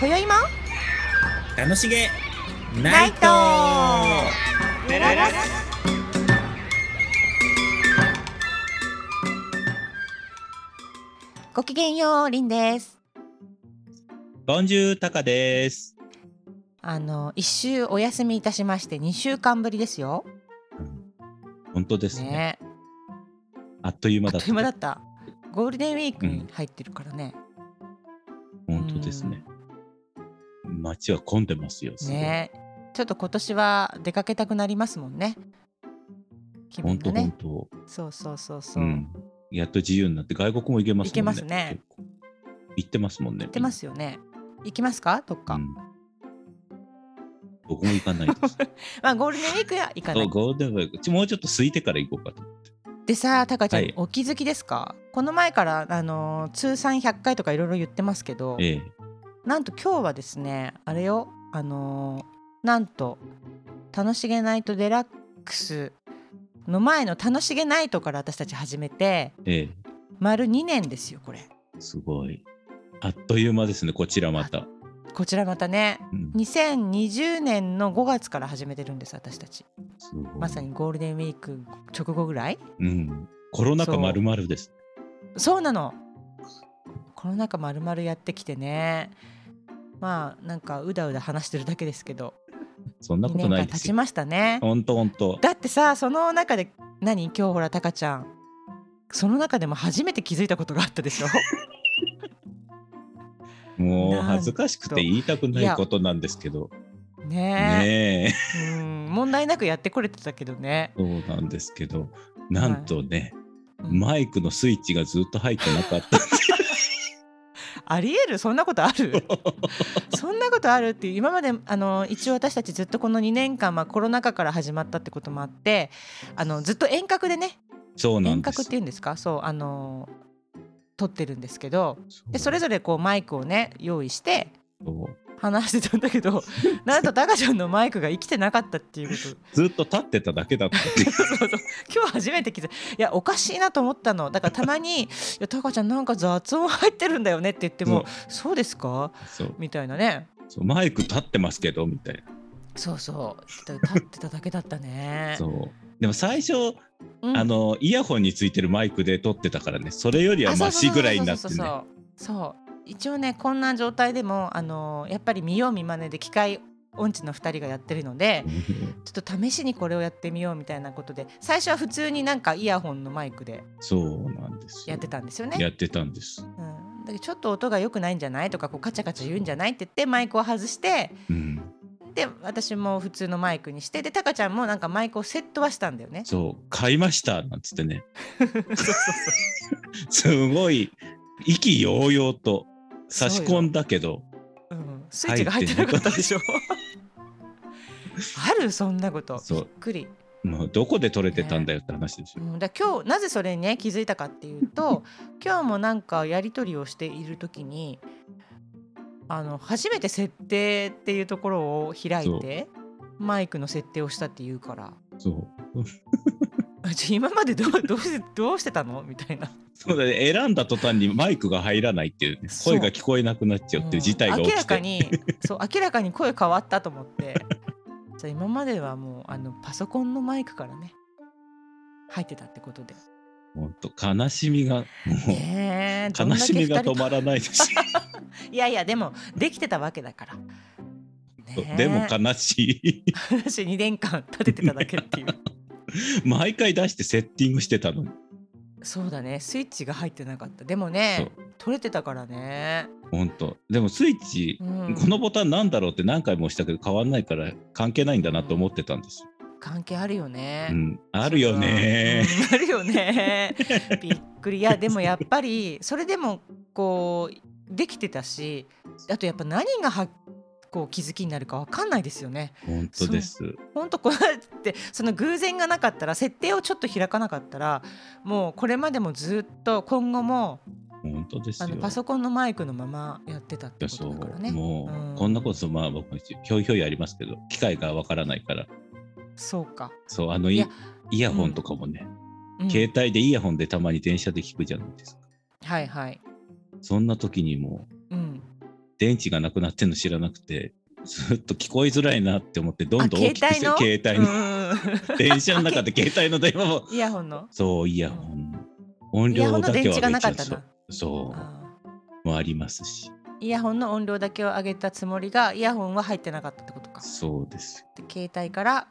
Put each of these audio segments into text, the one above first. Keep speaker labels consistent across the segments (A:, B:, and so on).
A: 今宵も
B: 楽しげ
A: ナ
B: ナ
A: イ
B: イ
A: ト
B: ト
A: ごきげんようりんです
B: ボンジュータカです。
A: あの一週お休みいたしまして二週間ぶりですよ
B: 本当ですね。
A: ね
B: あっという
A: あ
B: 間
A: っ
B: だっ
A: と
B: た。
A: いう間だったゴールデンウィークに入ってるからね、
B: 本当ですね。街は混んでますよ。すごい
A: ねちょっと今年は出かけたくなりますもんね気
B: 本
A: 分
B: 当
A: が
B: 本
A: ね
B: 当。
A: そうそうそうそうう、
B: ん。やっと自由になって外国も行けますもんね。
A: 行けますね
B: 結構。行ってますもんね。
A: 行ってますよね行きますかどっか、
B: うん。僕も行かな いです。
A: まあゴールデンウィークは行かな
B: そう
A: い
B: ゴールデンウィークちょもうちょっと空いてから行こうかと。
A: でさタカちゃん、
B: はい
A: お気づきですかこの前からあのー通算100回とかいろいろ言ってますけど
B: ええ。
A: なんと今日はですねあれよあのーなんと「楽しげナイトデラックス」の前の「楽しげナイト」から私たち始めて
B: ええ。
A: 丸2年ですよこれ
B: すごい。あっという間ですね、こちらまた。
A: こちらまたね
B: うん
A: 2020年の5月から始めてるんです私たち
B: すごい
A: まさにゴールデンウィーク直後ぐらい
B: うん。コロナ禍まるまるです。
A: そうなのコロナ禍まるまるやってきてねまあなんかうだうだ話してるだけですけど
B: そんな
A: 2
B: こと
A: 年
B: な
A: 間
B: いで
A: 経
B: す
A: ち
B: よ。
A: ましたね
B: 本当本当。
A: だってさその中で何今日ほらタカちゃんその中でも初めて気づいたことがあったでしょ
B: も
A: な
B: うん恥ずかしくて言いたくないことなんですけど。
A: ね
B: ねえ。
A: えうん問題なくやってこれてたけどね、
B: そうなんですけど。なんとね、
A: うん
B: マイクのスイッチがずっと入ってなか ったんです
A: ありえるそんなことあ る
B: よ。
A: そんなことあるっていう今まであの一応私たちずっとこの2年間、まあ、コロナ禍から始まったってこともあってあのずっと遠隔でね
B: そうな
A: 遠
B: んで
A: 隔っ
B: す
A: て。いうんですかそうあの撮ってるんですけど
B: そう
A: でそれぞれこうマイクをね用意して
B: そう
A: 話してたんだけ どなんとタカちゃんのマイクが生きてなかったっていうこと
B: ずっと立ってただけだったっていう。
A: そうそう今日初めて気づいやおかしいなと思ったのだからたま に「いやタカちゃんなんか雑音入ってるんだよね」って言っても「そうですか?
B: そう」
A: みたいなね
B: そうマイク立ってますけどみたい
A: そうそう立ってただけだったね
B: な。そう。でも最初、
A: うん
B: あのイヤホンについてるマイクで撮ってたからね、それよりは
A: あそ
B: マ
A: うそう
B: シ
A: そうそう
B: ぐらいになって
A: そう
B: ね。
A: そうそうそう一応ねこんな状態でもあのやっぱり見よう見まねで機械音痴の2人がやってるのでちょっと試しにこれをやってみようみたいなことで最初は普通になんかイヤホンのマイクで
B: そうなんですよ。
A: やってたんですよ
B: や
A: ね。
B: ってたんです。
A: うん、だけどちょっと音が良くないんじゃないとかこうカチャカチャ言うんじゃないって言ってマイクを外して
B: うん、
A: で私も普通のマイクにしてでタカちゃんもなんかマイクをセットはしたんだよね。
B: そう、買いましたなんつってね。すごい意気揚々と差し込んだけど、
A: うん、スイッチが入ってなかったでしょ。 あるそんなこと
B: そ
A: び
B: う
A: っくり。
B: もうどこで取れてたんだよって話です
A: う
B: よ。
A: ん、だから今日なぜそれにね気づいたかっていうと今日もなんかやり取りをしている時にあの初めて設定っていうところを開いてマイクの設定をしたっていうから
B: そう。
A: あじゃあ今までどうどうしてどうしてたのみたいな
B: そうだね、選んだ途端にマイクが入らないっていうね、
A: そう
B: 声が聞こえなくなっちゃうっていう事態が
A: うん
B: 起
A: 明ら
B: きて、
A: か にそう明らかに声変わったと思ってじゃあ今まではもうあのパソコンのマイクからね入ってたってことで。
B: 本当悲しみ がもう
A: ねえどん
B: 悲
A: だけ
B: し
A: 二
B: み
A: 人
B: が
A: と
B: 止まらないです。
A: いやいやでもできてたわけだから。ねえ
B: でも悲しい。
A: 私2年間立ててただけっていう
B: 毎回出してセッティングしてたのに、
A: そうだねスイッチが入ってなかったでもね取れてたからね、
B: 本当。でもスイッチ
A: う、ん、
B: このボタンなんだろうって何回も押したけど変わんないから関係ないんだなと思ってたんですよ。
A: 関係あるよね、
B: うん、あるよね
A: そうそううんあるよね びっくりいやでもやっぱりそれでもこうできてたしあとやっぱ何がはこう気づきになるかわかんないですよね
B: 本当です。
A: ほんとこうやってその偶然がなかったら設定をちょっと開かなかったらもうこれまでもずっと今後も
B: 本当です
A: あ
B: よ。
A: のパソコンのマイクのままやってたっ
B: い
A: て
B: や
A: こ
B: そ
A: とだから
B: う
A: ね。
B: もう、
A: うん
B: こんなことまあ僕もひょいひょいありますけど機械がわからないから
A: そうか、
B: そうあの
A: い
B: イ
A: や
B: イヤホンとかもね、
A: うん
B: 携帯でイヤホンでたまに電車で聞くじゃないですか
A: はいはい、
B: そんな時にも
A: うん、
B: 電池がなくなってんの知らなくて、ずっと聞こえづらいなって思って、どんどん
A: あ
B: 大きくして、
A: 携
B: 携
A: う
B: 帯の、
A: ん
B: 電車の中で携帯の電話を、
A: イヤホンの
B: そう、イヤホン、音
A: イヤホ
B: 量
A: ンの
B: だ
A: 電
B: けは
A: 池がなかったん
B: そ
A: だ
B: う、そ
A: あ
B: う、もありますし、
A: ーイヤホンの音量だけを上げたつもりがイヤホンは入ってなかったってことか
B: そうです。
A: で携帯から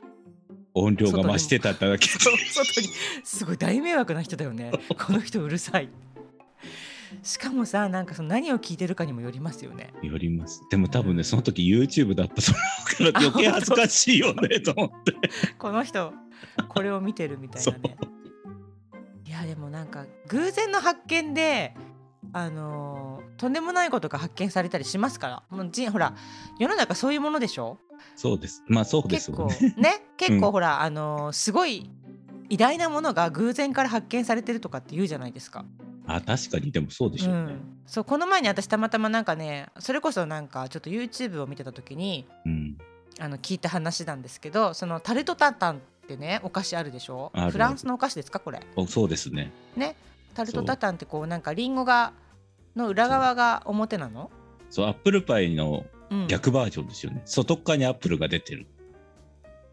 B: 音量が増してただけ
A: そう外にすごい大迷惑な人だよねこの人うるさいしかもさなんかその何を聞いてるかにもよりますよね
B: によります。でも多分ね、その時 YouTube だったと思うから余計恥ずかしいよねと思って。
A: この人これを見てるみたいなねいやでもなんか偶然の発見であのーとんでもないことが発見されたりしますからもうじほら世の中そういうものでしょ
B: そうです。まあそうです
A: 結
B: よ
A: 構
B: ね。
A: ね結
B: う
A: 構
B: ん
A: ほら、あのーすごい偉大なものが偶然から発見されてるとかって言うじゃないですか。
B: あ、確かに、でもそうでしょう
A: う
B: ね。
A: ん、そうこの前に私たまたまなんかねそれこそなんかちょっと YouTube を見てた時に
B: うん。
A: あの聞いた話なんですけどそのタルトタンタンってねお菓子あるでしょ
B: ある
A: フランスのお菓子ですかこれ
B: おそうですね。
A: タルトタタンってこうなんかリンゴがの裏側が表なの、
B: そう、アップルパイの
A: うん、
B: 逆バージョンですよね。外っ側にアップルが出てる。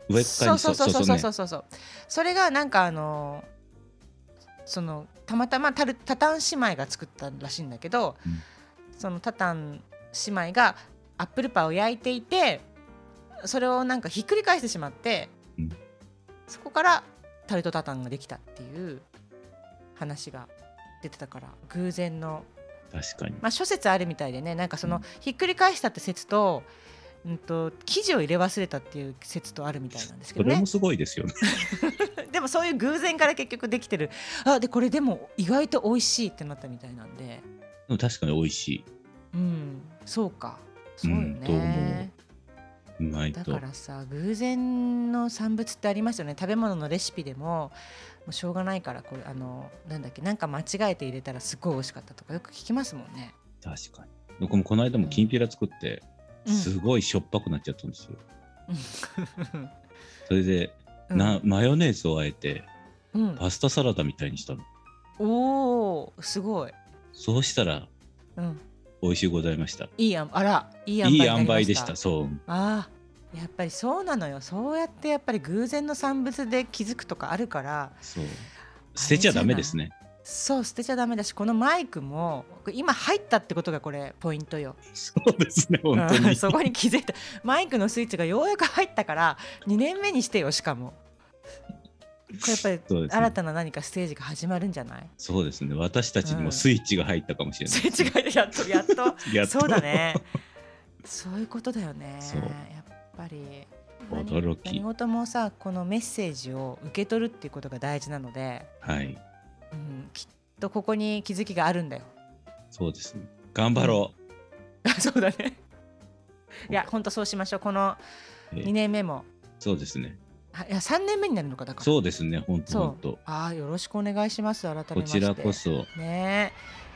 B: 上っ側
A: そう
B: に
A: そうそうそうそうそう
B: ね
A: そうそうそれがなんかあのそのたまたまタルタタン姉妹が作ったらしいんだけど、
B: うん
A: そのタタン姉妹がアップルパイを焼いていてそれをなんかひっくり返してしまって、
B: うん
A: そこからタルトタタンができたっていう話が出てたから偶然の
B: 確かに。
A: まあ、諸説あるみたいでねなんかそうの
B: ん
A: ひっくり返したって説と,、うん、と生地を入れ忘れたっていう説とあるみたいなんですけ
B: そ
A: ど
B: れ
A: ね
B: もすごいですよね。
A: でもそういう偶然から結局できてるあでこれでも意外と美味しいってなったみたいなんで
B: でも確かに美味しい。
A: うんそうかそうよ
B: うんどう
A: ね
B: 思、うまい
A: だ
B: と。
A: からさ偶然の産物ってありますよね食べ物のレシピでももうしょうがないからこれあのなんだっけなんか間違えて入れたらすっごい美味しかったとかよく聞きますもんね。
B: 確かに。僕もこの間もきんぴら作って、
A: うん
B: すごいしょっぱくなっちゃったんですよ。
A: うん
B: それで、なマヨネーズをあえて、
A: うん、
B: パスタサラダみたいにしたの。
A: おーすごい、
B: そうしたら
A: うん、
B: 美味しいございました。
A: いいあんあらいい塩
B: いい
A: 梅
B: 塩梅でし
A: あ
B: た。そう。
A: あーやっぱりそうなのよそうやってやっぱり偶然の産物で気づくとかあるから
B: そう。捨てちゃダメですね。
A: そう捨てちゃダメだしこのマイクもこれ今入ったってことがこれポイントよ
B: そうですね、本当
A: う
B: に。
A: んそ こに気づいたマイクのスイッチがようやく入ったから2年目にしてよしかもこれやっぱり
B: そうですね
A: 新たな何かステージが始まるんじゃない
B: そうですね。私たちにもスイッチが入ったかもしれない。
A: スイッチが入ってやっとやっと
B: やっと
A: そうだ。ね。そういうことだよね。
B: そう
A: やっぱり。何
B: 驚き
A: 何事もさ、このメッセージを受け取るっていうことが大事なので、
B: はい。
A: うん、きっとここに気づきがあるんだよ。
B: そうですね。頑張ろう。
A: そうだね。いや、本当そうしましょう。この
B: ええ
A: 2年目も、
B: そうですね。
A: あいや3年目になるのかだから。
B: そうですね、本当
A: そう
B: 本当。
A: ああ、よろしくお願いします。改めまして。
B: こちらこそ、
A: ねえ。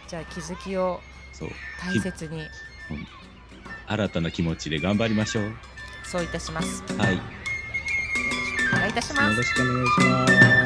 A: じゃあ気づきを
B: そう。
A: 大切に
B: 新たな気持ちで頑張りましょう。
A: そういたします。よ
B: はい。よ
A: ろしくお願いいたします
B: ろ。しくお願いします。